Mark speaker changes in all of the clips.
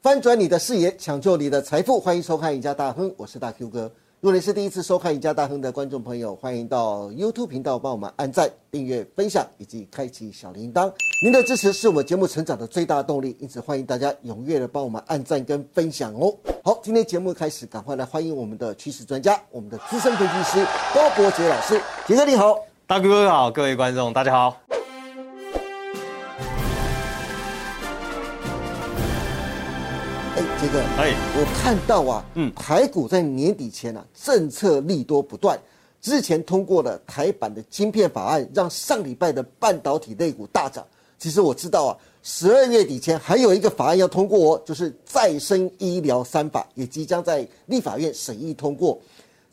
Speaker 1: 翻转你的视野，抢救你的财富，欢迎收看《赢家大亨》，我是大 Q 哥。如果你是第一次收看《赢家大亨》的观众朋友，欢迎到 YouTube 频道帮我们按赞、订阅、分享以及开启小铃铛。您的支持是我们节目成长的最大动力，因此欢迎大家踊跃的帮我们按赞跟分享哦。好，今天节目开始，赶快来欢迎我们的趋势专家，我们的资深分析师高博杰老师。杰哥你好，
Speaker 2: 大哥哥好，各位观众大家好。
Speaker 1: 哎，杰哥，
Speaker 2: 哎
Speaker 1: 我看到啊，嗯
Speaker 2: 嗯，
Speaker 1: 台股在年底前啊，政策利多不断。之前通过了台版的晶片法案，让上礼拜的半导体类股大涨。其实我知道啊，十二月底前还有一个法案要通过哦，就是再生医疗三法，也即将在立法院审议通过。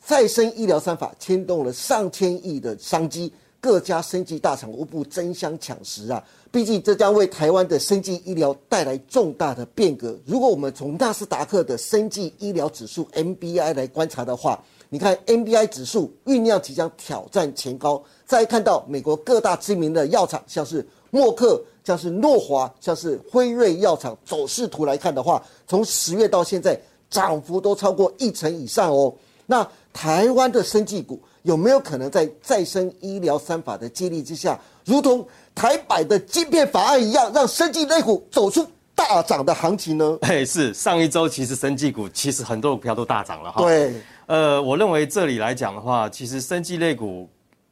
Speaker 1: 再生医疗三法牵动了上千亿的商机，各家生技大厂无不争相抢食啊！毕竟这将为台湾的生技医疗带来重大的变革。如果我们从纳斯达克的生技医疗指数 MBI 来观察的话，你看 MBI 指数酝酿即将挑战前高，再看到美国各大知名的药厂，像是默克、像是诺华、像是辉瑞药厂走势图来看的话，从十月到现在涨幅都超过一成以上哦。那台湾的生技股有没有可能在再生医疗三法的激励之下，如同台版的晶片法案一样，让生技类股走出大涨的行情呢？
Speaker 2: 哎，是上一周其实生技股其实很多股票都大涨了哈。，
Speaker 1: 对，
Speaker 2: 呃，我认为这里来讲的话，其实生技类股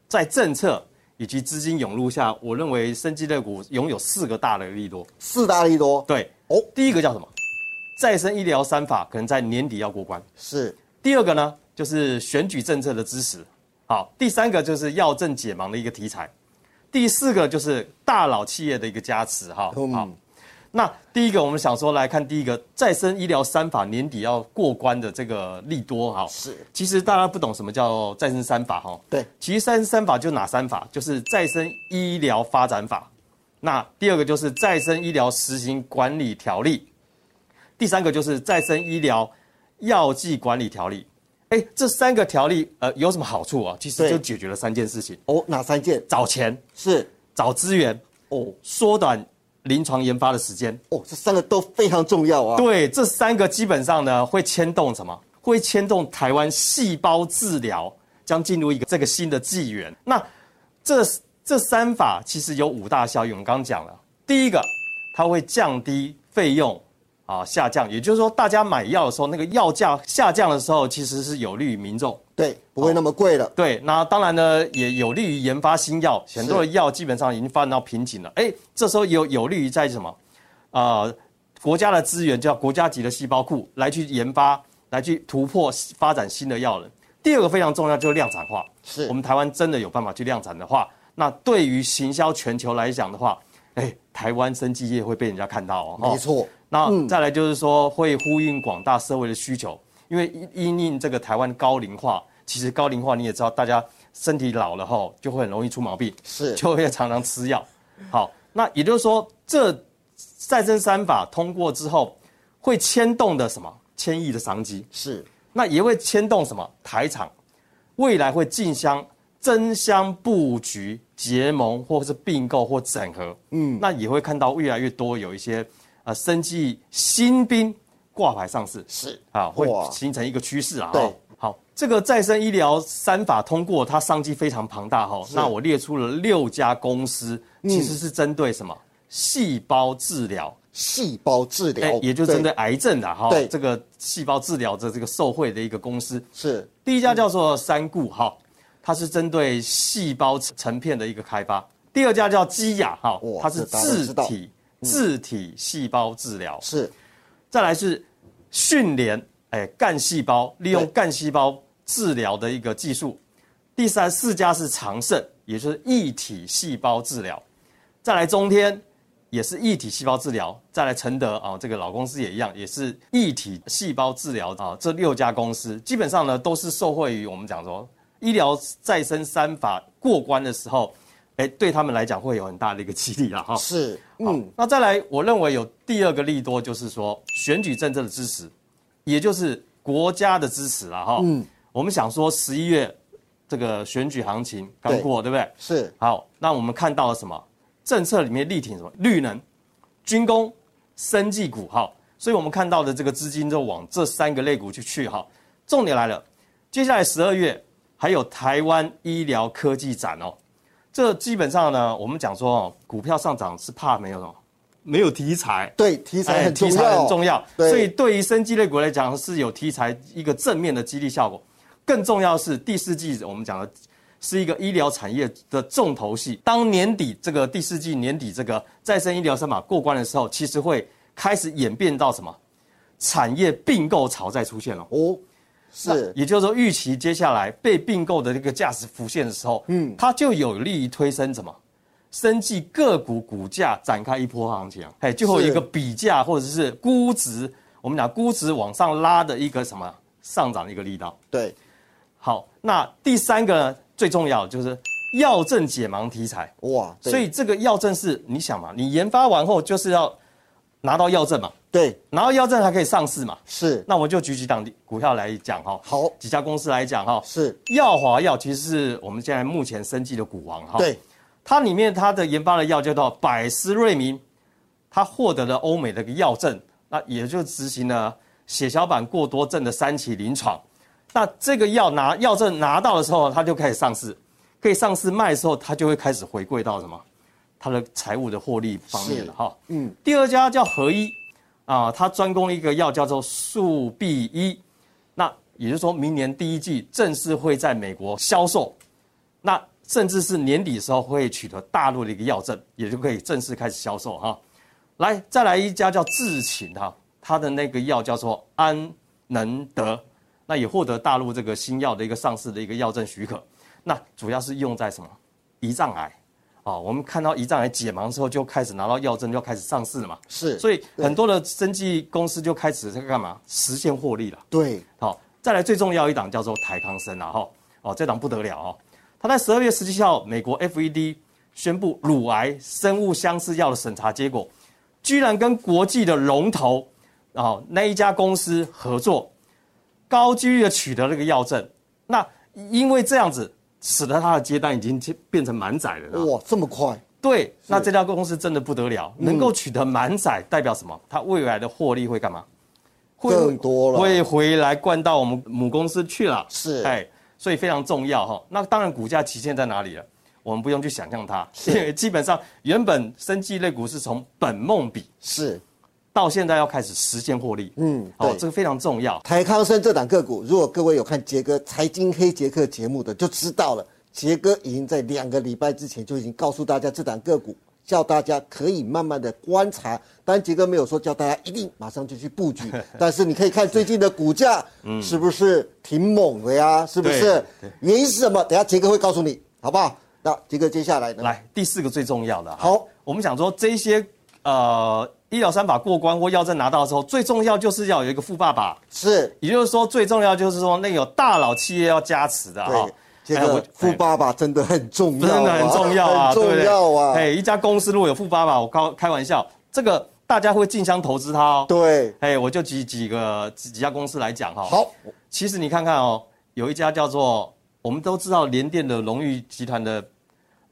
Speaker 2: 在政策以及资金涌入下，我认为生技类股拥有四个大的利多。
Speaker 1: 四大利多
Speaker 2: 对，
Speaker 1: 哦，
Speaker 2: 第一个叫什么？再生医疗三法可能在年底要过关。
Speaker 1: 是
Speaker 2: 第二个呢，就是选举政策的支持。好，第三个就是药政解盲的一个题材，第四个就是大佬企业的一个加持哈。
Speaker 1: 嗯
Speaker 2: 好，那第一个我们想说来看第一个再生医疗三法年底要过关的这个利多哈。
Speaker 1: 是，
Speaker 2: 其实大家不懂什么叫再生三法哈。
Speaker 1: 对，
Speaker 2: 其实再生三法就哪三法？就是再生医疗发展法，那第二个就是再生医疗实行管理条例，第三个就是再生医疗药剂管理条例。哎，这三个条例呃有什么好处啊？其实
Speaker 1: 对
Speaker 2: 就解决了三件事情：
Speaker 1: 哦，哪三件？
Speaker 2: 找钱、
Speaker 1: 是
Speaker 2: 找资源、
Speaker 1: 哦
Speaker 2: 缩短临床研发的时间。
Speaker 1: 哦，这三个都非常重要啊。
Speaker 2: 对，这三个基本上呢会牵动什么？会牵动台湾细胞治疗将进入一个这个新的纪元。那这这三法其实有五大效应，我们刚刚讲了。第一个，它会降低费用啊下降，也就是说，大家买药的时候，那个药价下降的时候，其实是有利于民众。
Speaker 1: 对，不会那么贵了。
Speaker 2: 对，那当然呢，也有利于研发新药，很多的
Speaker 1: 是
Speaker 2: 药基本上已经发展到瓶颈了。哎，这时候有有利于在什么？呃，国家的资源叫国家级的细胞库来去研发，来去突破发展新的药了。第二个非常重要就是量产化，
Speaker 1: 是
Speaker 2: 我们台湾真的有办法去量产的话，那对于行销全球来讲的话，哎，台湾生技业会被人家看到哦。哦
Speaker 1: 没错，
Speaker 2: 那再来就是说，会呼应广大社会的需求，因为因应这个台湾高龄化，其实高龄化你也知道，大家身体老了后就会很容易出毛病，
Speaker 1: 是
Speaker 2: 就会常常吃药。好，那也就是说，这再生三法通过之后，会牵动的什么千亿的商机，
Speaker 1: 是
Speaker 2: 那也会牵动什么台厂，未来会竞相争相布局、结盟或是并购或整合。嗯，那也会看到越来越多有一些呃生技新兵挂牌上市
Speaker 1: 是
Speaker 2: 啊，会
Speaker 1: 哇
Speaker 2: 形成一个趋势啊。
Speaker 1: 对
Speaker 2: 哦好，这个再生医疗三法通过，它商机非常庞大哈、哦。那我列出了六家公司，
Speaker 1: 嗯
Speaker 2: 其实是针对什么、细胞治疗。
Speaker 1: 细胞治疗
Speaker 2: 哎，，也就是针对癌症的哈，
Speaker 1: 哦对
Speaker 2: 这个细胞治疗的这个受惠的一个公司。
Speaker 1: 是
Speaker 2: 第一家叫做三顾哈，它是针对细胞成片的一个开发；第二家叫基亚哈
Speaker 1: 哇，
Speaker 2: 它是
Speaker 1: 这大家都知
Speaker 2: 自
Speaker 1: 道嗯
Speaker 2: 体自体细胞治疗。
Speaker 1: 是
Speaker 2: 再来是训练哎干细胞，利用
Speaker 1: 对
Speaker 2: 干细胞治疗的一个技术。第三四家是长盛，也就是一体细胞治疗。再来中天也是一体细胞治疗，再来承德啊、这个老公司也一样，也是一体细胞治疗啊、这六家公司基本上呢都是受惠于我们讲说医疗再生三法过关的时候，哎，对他们来讲会有很大的一个激励了哈。
Speaker 1: 是，
Speaker 2: 好
Speaker 1: 嗯，，
Speaker 2: 那再来，我认为有第二个利多，就是说选举政策的支持，也就是国家的支持了哈。嗯，我们想说十一月这个选举行情刚过，对不对？
Speaker 1: 是
Speaker 2: 好，那我们看到了什么？政策里面力挺什么？绿能、军工、生技股哈，所以我们看到的这个资金就往这三个类股去去哈。重点来了，接下来十二月还有台湾医疗科技展哦。这基本上呢，我们讲说哦，股票上涨是怕没有什么没有题材，
Speaker 1: 对，题材很重
Speaker 2: 哎题材
Speaker 1: 要，
Speaker 2: 很重要。
Speaker 1: 对
Speaker 2: 所以对于生技类股来讲是有题材一个正面的激励效果。更重要的是第四季我们讲的是一个医疗产业的重头戏。当年底这个第四季年底这个再生医疗三法过关的时候，其实会开始演变到什么？产业并购潮再出现了。
Speaker 1: 哦，是
Speaker 2: 那也就是说，预期接下来被并购的这个价值浮现的时候，嗯，它就有利于推升什么？生技个股股价展开一波行情，哎，最后
Speaker 1: 是
Speaker 2: 一个比价或者是估值，我们讲估值往上拉的一个什么上涨的一个力道。
Speaker 1: 对，
Speaker 2: 好，那第三个呢，最重要的就是药证解盲题材，
Speaker 1: 哇，对
Speaker 2: 所以这个药证是你想嘛，你研发完后就是要拿到药证嘛，
Speaker 1: 对
Speaker 2: 拿到药证还可以上市嘛。
Speaker 1: 是
Speaker 2: 那我就举几档股票来讲哈，
Speaker 1: 好
Speaker 2: 几家公司来讲哈，
Speaker 1: 是，
Speaker 2: 药华药其实是我们现在目前生技的股王哈。，
Speaker 1: 对，
Speaker 2: 它里面它的研发的药叫做百思瑞明，它获得了欧美的一个药证，那也就执行了血小板过多症的三期临床。那这个药拿药证拿到的时候，它就开始上市，可以上市卖的时候，它就会开始回归到什么？它的财务的获利方面了哈。
Speaker 1: 嗯，
Speaker 2: 第二家叫合一，啊，它专攻一个药叫做速必一，那也就是说明年第一季正式会在美国销售，那甚至是年底的时候会取得大陆的一个药证，也就可以正式开始销售哈。来，再来一家叫智勤哈，它的那个药叫做安能德，那也获得大陆这个新药的一个上市的一个药证许可，那主要是用在什么？胰脏癌。啊、我们看到胰脏癌解盲之后，就开始拿到药证，就开始上市了嘛。
Speaker 1: 是，
Speaker 2: 所以很多的生技公司就开始在干嘛？实现获利了。
Speaker 1: 对，
Speaker 2: 好、再来最重要一档叫做台康生啊，哈、哦，这档不得了哦。它在十二月十七号，美国 FED 宣布乳癌生物相似药的审查结果，居然跟国际的龙头哦那一家公司合作，高几率的取得了这个药证。那因为这样子，使得它的接单已经变成满载了啦。啊
Speaker 1: 哇，这么快，
Speaker 2: 对，那这家公司真的不得了，
Speaker 1: 嗯
Speaker 2: 能够取得满载，代表什么？它未来的获利会干嘛？会
Speaker 1: 更多了
Speaker 2: 会回来灌到我们母公司去了。
Speaker 1: 是
Speaker 2: 哎，所以非常重要哈。那当然，股价期限在哪里了？我们不用去想象它，因为基本上原本生技类股是从本梦比
Speaker 1: 是，
Speaker 2: 到现在要开始实现获利，
Speaker 1: 嗯，
Speaker 2: 好、
Speaker 1: 对
Speaker 2: 这。个非常重要。
Speaker 1: 台康生这档个股，如果各位有看杰哥财经黑杰克节目的，就知道了。杰哥已经在两个礼拜之前就已经告诉大家这档个股，叫大家可以慢慢的观察。当然，杰哥没有说叫大家一定马上就去布 局，但是你可以看最近的股价，是不是挺猛的呀？是不是？原因是什么？等一下杰哥会告诉你，好不好？那杰哥接下来呢？
Speaker 2: 来，第四个最重要的哈，啊
Speaker 1: 好
Speaker 2: 我们想说这些呃医疗三法过关或药证拿到的时候，最重要就是要有一个富爸爸。
Speaker 1: 是
Speaker 2: 也就是说，最重要就是说，那有大佬企业要加持的哈
Speaker 1: 对。，杰
Speaker 2: 哎
Speaker 1: 哥
Speaker 2: 我
Speaker 1: 富爸爸真的很重要
Speaker 2: 哎
Speaker 1: 啊、
Speaker 2: 真的很重要啊，
Speaker 1: 很
Speaker 2: 对不
Speaker 1: 重
Speaker 2: 对？
Speaker 1: 要啊，
Speaker 2: 哎，一家公司如果有富爸爸，我开开玩笑，这个大家会竞相投资他哦。
Speaker 1: 对，
Speaker 2: 哎，我就举几个几几家公司来讲哈。，
Speaker 1: 好，
Speaker 2: 其实你看看哦，有一家叫做我们都知道联电的荣誉集团的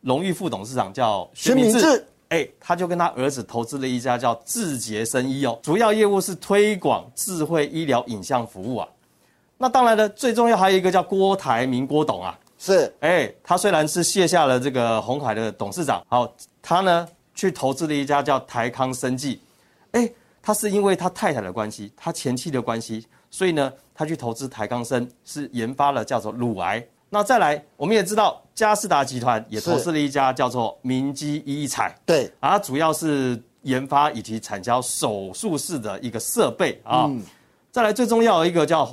Speaker 2: 荣誉副董事长叫
Speaker 1: 薛明志。
Speaker 2: 哎，他就跟他儿子投资了一家叫智捷生医哦，主要业务是推广智慧医疗影像服务啊。那当然了，最重要还有一个叫郭台铭郭董啊，
Speaker 1: 是
Speaker 2: 哎，他虽然是卸下了这个红海的董事长，好，他呢去投资了一家叫台康生技，哎，他是因为他太太的关系，他前妻的关系，所以呢，他去投资台康生，是研发了叫做乳癌。那再来，我们也知道佳士达集团也
Speaker 1: 是
Speaker 2: 投资了一家叫做明基医材，
Speaker 1: 对，
Speaker 2: 啊，它主要是研发以及产销手术室的一个设备啊。
Speaker 1: 嗯
Speaker 2: 再来最重要的一个叫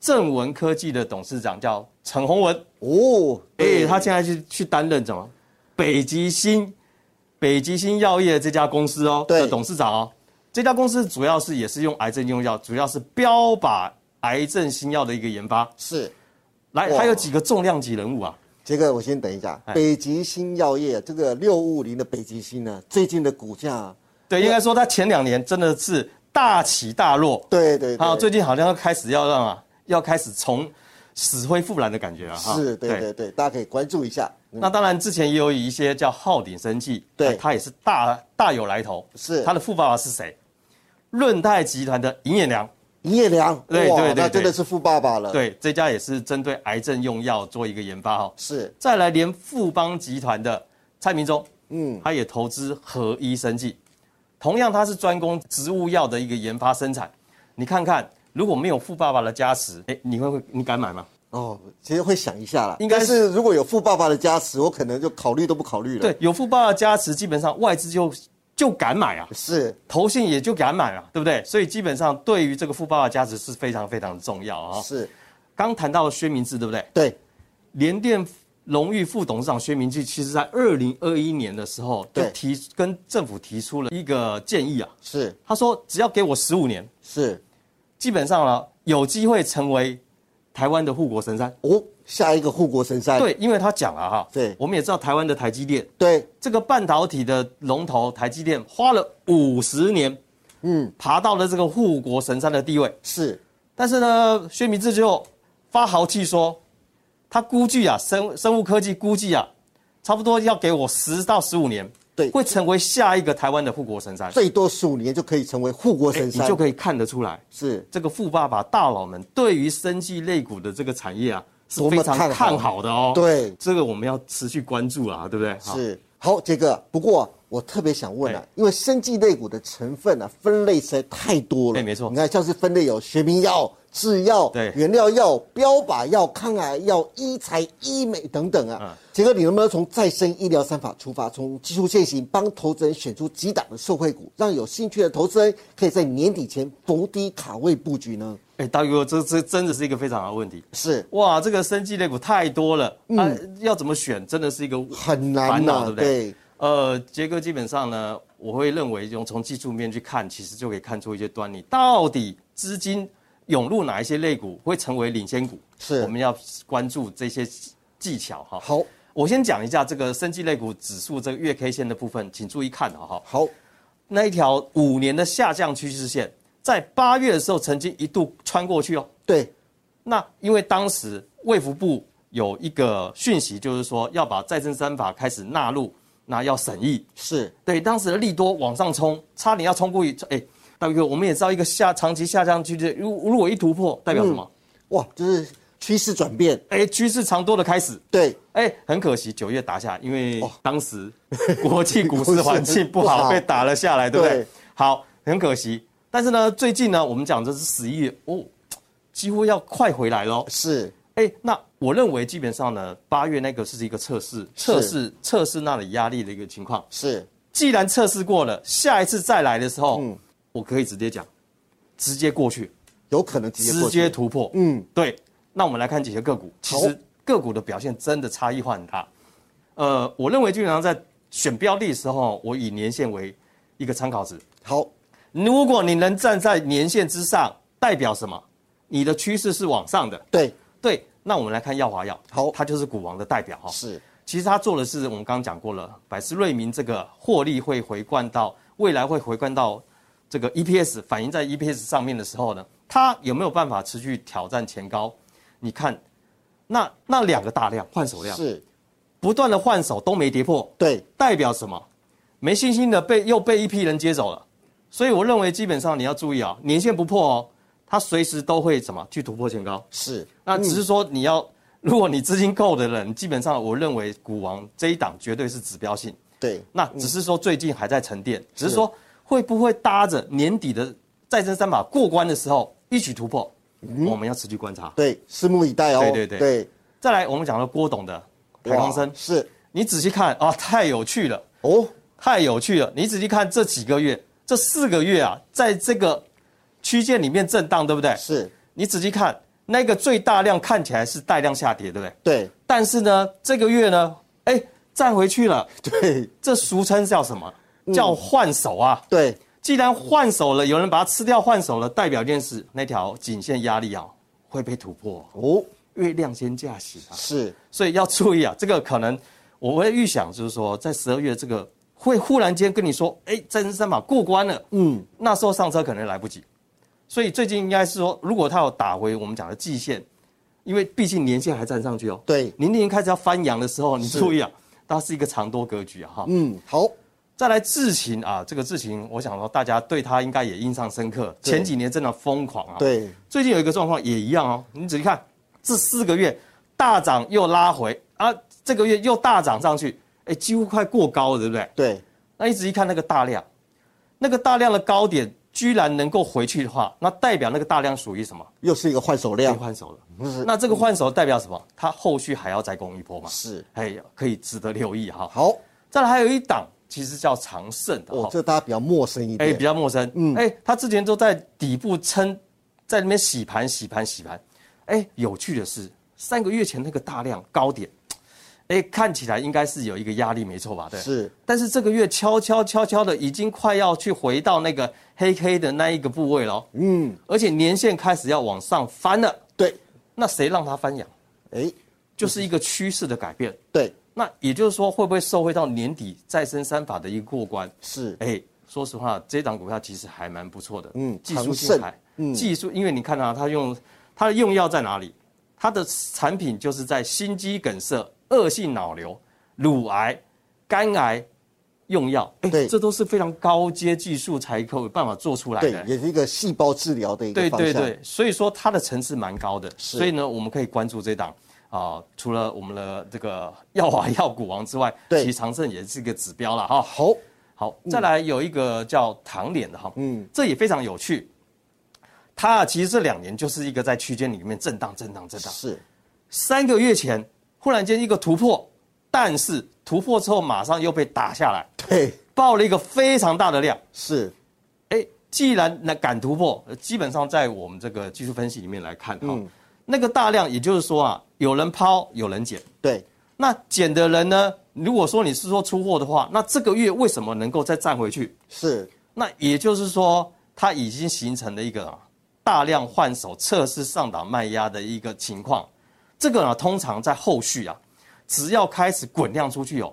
Speaker 2: 正文科技的董事长叫陈宏文，
Speaker 1: 哦，
Speaker 2: 哎、
Speaker 1: 对
Speaker 2: 他现在去去担任什么？北极星，北极星药业这家公司哦
Speaker 1: 对
Speaker 2: 的董事长哦。这家公司主要是也是用癌症用药，主要是标靶癌症新药的一个研发。
Speaker 1: 是
Speaker 2: 来，
Speaker 1: 哇
Speaker 2: 还有几个重量级人物啊，
Speaker 1: 杰哥，我先等一下。
Speaker 2: 哎
Speaker 1: 北极星药业这个六五零的北极星呢，最近的股价，
Speaker 2: 对，应该说他前两年真的是大起大落，
Speaker 1: 对对
Speaker 2: 啊，
Speaker 1: 对，
Speaker 2: 最近好像要开始要让啊，要开始重死灰复燃的感觉啊，哈
Speaker 1: 是，对对对，大家可以关注一下。
Speaker 2: 那当然，之前也有一些叫昊鼎生技，啊
Speaker 1: 对
Speaker 2: 它也是大大有来头。
Speaker 1: 是
Speaker 2: 它的富爸爸是谁？润泰集团的银眼良，
Speaker 1: 营业良，
Speaker 2: 对
Speaker 1: 哇
Speaker 2: 对对
Speaker 1: 那真的
Speaker 2: 对
Speaker 1: 是富爸爸了。，
Speaker 2: 对，这家也是针对癌症用药做一个研发哈、哦。
Speaker 1: 是
Speaker 2: 再来连富邦集团的蔡明忠，嗯，他也投资合一生技，同样他是专攻植物药的一个研发生产。你看看，如果没有富爸爸的加持，哎，你会会你敢买吗？
Speaker 1: 哦，其实会想一下啦。
Speaker 2: 应该
Speaker 1: 但
Speaker 2: 是
Speaker 1: 是如果有富爸爸的加持，我可能就考虑都不考虑了。，
Speaker 2: 对，有富爸爸的加持，基本上外资就就敢买啊，
Speaker 1: 是
Speaker 2: 投信也就敢买啊，对不对？所以基本上对于这个富爸爸的加持是非常非常重要啊、
Speaker 1: 是，
Speaker 2: 刚谈到薛明志，对不对？
Speaker 1: 对，
Speaker 2: 联电荣誉副董事长薛明志，其实在二零二一年的时候就
Speaker 1: 对
Speaker 2: 提跟政府提出了一个建议啊，
Speaker 1: 是
Speaker 2: 他说只要给我十五年，
Speaker 1: 是
Speaker 2: 基本上呢有机会成为台湾的护国神山。
Speaker 1: 哦，下一个护国神山。
Speaker 2: 对，因为他讲了哈，
Speaker 1: 对
Speaker 2: 我们也知道台湾的台积电
Speaker 1: 对
Speaker 2: 这个半导体的龙头台积电花了五十年，嗯，爬到了这个护国神山的地位。
Speaker 1: 是
Speaker 2: 但是呢，薛明志就发豪气说，他估计啊，生生物科技估计啊，差不多要给我十到十五年，
Speaker 1: 对
Speaker 2: 会成为下一个台湾的护国神山。
Speaker 1: 最多十五年就可以成为护国神
Speaker 2: 哎你
Speaker 1: 山。
Speaker 2: 就可以看得出来，
Speaker 1: 是
Speaker 2: 这个富爸爸大佬们对于生技类股的这个产业啊，是
Speaker 1: 多么
Speaker 2: 非常
Speaker 1: 看好
Speaker 2: 看好的哦。
Speaker 1: 对
Speaker 2: 这个我们要持续关注啊，对不对？好，
Speaker 1: 是好，杰哥。不过啊我特别想问啊
Speaker 2: 哎，
Speaker 1: 因为生技类股的成分啊分类实在太多了。
Speaker 2: 哎没错
Speaker 1: 你看像是分类有学名药、制药、
Speaker 2: 对
Speaker 1: 原料药、标靶药、抗癌药、医材、医美等等啊。
Speaker 2: 嗯
Speaker 1: 杰哥，你能不能从再生医疗三法出发，从技术现行帮投资人选出几档的受惠股，让有兴趣的投资人可以在年底前逢低卡位布局呢？
Speaker 2: 哎，大哥，这这真的是一个非常好的问题。
Speaker 1: 是
Speaker 2: 哇，这个生技类股太多了，
Speaker 1: 嗯
Speaker 2: 啊，要怎么选，真的是一个
Speaker 1: 很难
Speaker 2: 烦
Speaker 1: 呐、
Speaker 2: 恼，对不对？呃，杰哥基本上呢，我会认为用从技术面去看，其实就可以看出一些端倪。到底资金涌入哪一些类股会成为领先股？
Speaker 1: 是
Speaker 2: 我们要关注这些技巧哈。
Speaker 1: 好，
Speaker 2: 我先讲一下这个生技类股指数这个月 K 线的部分，请注意看哈哈。
Speaker 1: 好，
Speaker 2: 那一条五年的下降趋势线，在八月的时候曾经一度穿过去哦。
Speaker 1: 对，
Speaker 2: 那因为当时卫福部有一个讯息，就是说要把再生三法开始纳入，那要审议。
Speaker 1: 是
Speaker 2: 对，当时的利多往上冲，差点要冲过去。哎，大哥，我们也知道一个下长期下降趋势，如如果一突破，代表什么？
Speaker 1: 哇，就是趋势转变，
Speaker 2: 哎、趋势长多的开始。
Speaker 1: 对，
Speaker 2: 哎，很可惜九月打下，因为当时国际哦股市环境不
Speaker 1: 不好
Speaker 2: 好，被打了下来，对不对
Speaker 1: 对？
Speaker 2: 好，很可惜。但是呢，最近呢，我们讲这是十一月哦，几乎要快回来喽。
Speaker 1: 是
Speaker 2: 哎，那我认为基本上呢，八月那个是一个测试，测试测试那里压力的一个情况。
Speaker 1: 是
Speaker 2: 既然测试过了，下一次再来的时候，
Speaker 1: 嗯
Speaker 2: 我可以直接讲，直接过去，
Speaker 1: 有可能直接
Speaker 2: 直
Speaker 1: 过去
Speaker 2: 接突破。嗯，对。那我们来看几些个股，其
Speaker 1: 好
Speaker 2: 实个股的表现真的差异化很大。呃，我认为基本上在选标的的时候，我以年限为一个参考值。
Speaker 1: 好
Speaker 2: 如果你能站在年限之上，代表什么？你的趋势是往上的。
Speaker 1: 对
Speaker 2: 对，那我们来看耀华药，
Speaker 1: 好
Speaker 2: 它就是股王的代表哈、
Speaker 1: 是
Speaker 2: 其实他做的是我们刚刚讲过了，百思瑞明这个获利会回灌到未来会回灌到这个 EPS 反映在 EPS 上面的时候呢，它有没有办法持续挑战前高？你看，那那两个大量换手量
Speaker 1: 是，
Speaker 2: 不断的换手都没跌破，
Speaker 1: 对
Speaker 2: 代表什么？没信心的被又被一批人接走了。所以我认为基本上你要注意啊，年线不破哦，它随时都会怎么去突破前高。
Speaker 1: 是
Speaker 2: 那只是说你要， 如果你资金够的人，基本上我认为股王这一档绝对是指标性。
Speaker 1: 对
Speaker 2: 那只是说最近还在沉淀，只是说会不会搭着年底的再生三法过关的时候一举突破，我们要持续观察。
Speaker 1: 对，拭目以待哦。
Speaker 2: 对对对
Speaker 1: 对，
Speaker 2: 再来，我们讲到郭董的台光生
Speaker 1: 哇，是
Speaker 2: 你仔细看啊，太有趣了，
Speaker 1: 哦，
Speaker 2: 太有趣了。你仔细看这几个月，这四个月啊，在这个区间里面震荡，对不对？
Speaker 1: 是
Speaker 2: 你仔细看那个最大量看起来是带量下跌，对不对？
Speaker 1: 对
Speaker 2: 但是呢，这个月呢，哎，站回去了，
Speaker 1: 对
Speaker 2: 这俗称叫什么？叫换手啊！
Speaker 1: 对，
Speaker 2: 既然换手了，有人把它吃掉，换手了，代表一件事，那条颈线压力啊会被突破，
Speaker 1: 哦
Speaker 2: 月亮先驾驶啊，
Speaker 1: 是
Speaker 2: 所以要注意啊，这个可能我会预想，就是说在十二月这个会忽然间跟你说，哎，再生三法过关了，嗯，那时候上车可能来不及，所以最近应该是说，如果它有打回我们讲的季线，因为毕竟年线还站上去哦，
Speaker 1: 对
Speaker 2: 年年开始要翻阳的时候，你注意啊，它是一个长多格局啊哈。
Speaker 1: 嗯好
Speaker 2: 再来智勤啊，这个智勤，我想说大家对它应该也印象深刻。
Speaker 1: 对
Speaker 2: 前几年真的疯狂啊，
Speaker 1: 对，
Speaker 2: 最近有一个状况也一样哦，你仔细看，这四个月大涨又拉回啊，这个月又大涨上去，哎，几乎快过高了，对不对？
Speaker 1: 对，
Speaker 2: 那一直一看那个大量，那个大量的高点居然能够回去的话，那代表那个大量属于什么？
Speaker 1: 又是一个换手
Speaker 2: 被
Speaker 1: 量，
Speaker 2: 换手了。
Speaker 1: 是
Speaker 2: 那这个换手代表什么？它后续还要再攻一波嘛？
Speaker 1: 是
Speaker 2: 哎，可以值得留意哈。
Speaker 1: 好，
Speaker 2: 再来还有一档，其实叫长盛的
Speaker 1: 哦
Speaker 2: 哈，，
Speaker 1: 这大家比较陌生一
Speaker 2: 哎、
Speaker 1: 点
Speaker 2: 比，较陌生。嗯，哎、它之前都在底部撑，在那边洗盘、洗盘、洗盘。哎、有趣的是，三个月前那个大量高点，哎、看起来应该是有一个压力，没错吧？对。
Speaker 1: 是
Speaker 2: 但是这个月悄悄悄悄的，已经快要去回到那个黑黑的那一个部位了。嗯，而且年线开始要往上翻了。
Speaker 1: 对，
Speaker 2: 那谁让它翻扬？
Speaker 1: 哎，
Speaker 2: 就是一个趋势的改变。
Speaker 1: 对，
Speaker 2: 那也就是说，会不会受惠到年底再生三法的一个过关？
Speaker 1: 是
Speaker 2: 哎，说实话，这档股票其实还蛮不错的，
Speaker 1: 嗯
Speaker 2: 技术
Speaker 1: 长
Speaker 2: 性
Speaker 1: 盛嗯
Speaker 2: 还，技术，因为你看啊，它用它的用药在哪里？它的产品就是在心肌梗塞、恶性脑瘤、乳癌、肝癌用药，哎
Speaker 1: 对
Speaker 2: 这都是非常高阶技术才有办法做出来
Speaker 1: 对
Speaker 2: 的，。欸
Speaker 1: 也是一个细胞治疗的一个
Speaker 2: 对
Speaker 1: 方
Speaker 2: 哎对
Speaker 1: 向，
Speaker 2: 对，所以说它的层次蛮高的，所以呢，我们可以关注这档啊、除了我们的这个药华药股王之外，
Speaker 1: 对
Speaker 2: 其实长盛也是一个指标了哈。
Speaker 1: 好，
Speaker 2: 好，再来有一个叫糖脸的哈，嗯，这也非常有趣。它啊其实这两年就是一个在区间里面震荡、震荡、震荡。
Speaker 1: 是
Speaker 2: 三个月前忽然间一个突破，但是突破之后马上又被打下来，
Speaker 1: 对，
Speaker 2: 爆了一个非常大的量。
Speaker 1: 是
Speaker 2: 哎，既然那敢突破，呃基本上在我们这个技术分析里面来看哈，那个大量，也就是说啊，有人抛，有人捡。
Speaker 1: 对，
Speaker 2: 那捡的人呢，如果说你是说出货的话，那这个月为什么能够再站回去？
Speaker 1: 是
Speaker 2: 那也就是说，它已经形成了一个啊大量换手测试上档卖压的一个情况。这个呢，通常在后续啊，只要开始滚量出去哦，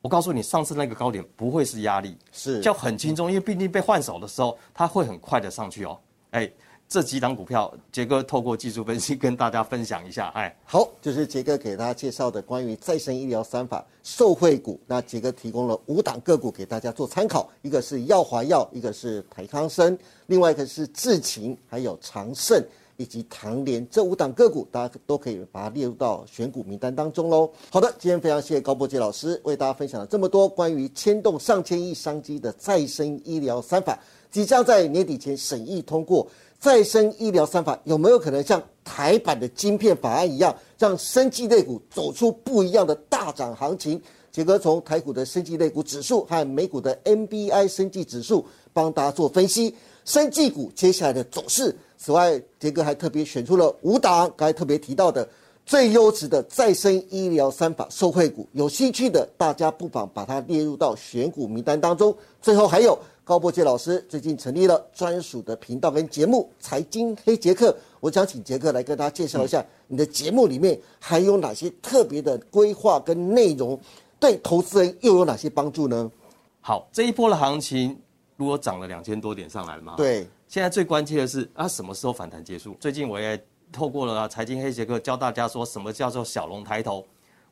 Speaker 2: 我告诉你，上次那个高点不会是压力，
Speaker 1: 是
Speaker 2: 叫很轻松，因为毕竟被换手的时候，它会很快的上去哦。哎，这几档股票，杰哥透过技术分析跟大家分享一下，哎。
Speaker 1: 好，就是杰哥给大家介绍的关于再生医疗三法受惠股。那杰哥提供了五档个股给大家做参考，一个是耀华药，一个是台康生，另外一个是智勤，还有长盛以及唐联这五档个股，大家都可以把它列入到选股名单当中喽。好的，今天非常谢谢高波杰老师为大家分享了这么多关于牵动上千亿商机的再生医疗三法，即将在年底前审议通过。再生医疗三法有没有可能像台版的晶片法案一样，让生技类股走出不一样的大涨行情？杰哥从台股的生技类股指数和美股的 MBI 生技指数帮大家做分析，生技股接下来的走势。此外，杰哥还特别选出了五档，刚才特别提到的最优质的再生医疗三法受惠股，有兴趣的大家不妨把它列入到选股名单当中。最后还有高波杰老师最近成立了专属的频道跟节目《财经黑杰克》，我想请杰克来跟大家介绍一下你的节目里面还有哪些特别的规划跟内容，对投资人又有哪些帮助呢？
Speaker 2: 好，这一波的行情如果涨了两千多点上来了嘛，，
Speaker 1: 对，
Speaker 2: 现在最关切的是啊，什么时候反弹结束？最近我也透过了啊财经黑杰克教大家说什么叫做小龙抬头，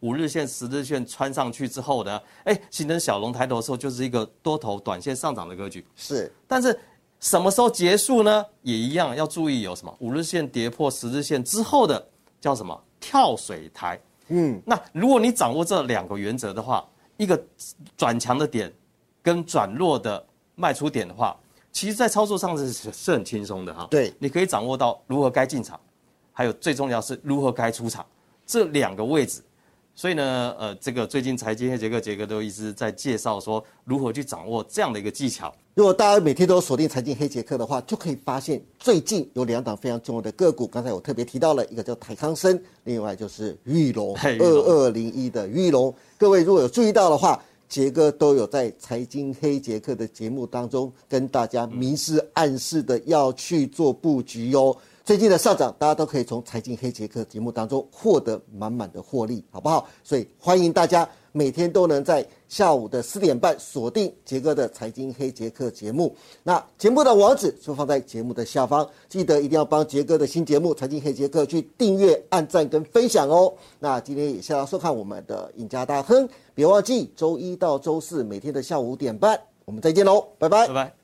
Speaker 2: 五日线、十日线穿上去之后呢，哎，形成小龙抬头的时候，就是一个多头短线上涨的格局。
Speaker 1: 是
Speaker 2: 但是什么时候结束呢？也一样要注意有什么五日线跌破十日线之后的叫什么跳水台。嗯，那如果你掌握这两个原则的话，一个转强的点跟转弱的卖出点的话，其实在操作上是是很轻松的哈。
Speaker 1: 对
Speaker 2: 你可以掌握到如何该进场，还有最重要是如何该出场这两个位置。所以呢，呃，这个最近财经黑杰克杰哥都一直在介绍说如何去掌握这样的一个技巧。
Speaker 1: 如果大家每天都锁定财经黑杰克的话，就可以发现最近有两档非常重要的个股，刚才我特别提到了一个叫台康生，另外就是玉龙
Speaker 2: 嘿玉
Speaker 1: 二
Speaker 2: 龙
Speaker 1: 二零一的玉龙。各位如果有注意到的话，杰哥都有在财经黑杰克的节目当中跟大家明示暗示的要去做布局哟、最近的上涨，大家都可以从财经黑杰克节目当中获得满满的获利，好不好？所以欢迎大家每天都能在下午的四点半锁定杰哥的财经黑杰克节目。那节目的网址就放在节目的下方，记得一定要帮杰哥的新节目《财经黑杰克》去订阅、按赞跟分享哦。那今天也谢谢大家收看我们的赢家大亨，别忘记周一到周四每天的下午五点半，我们再见喽，拜拜
Speaker 2: 拜。拜。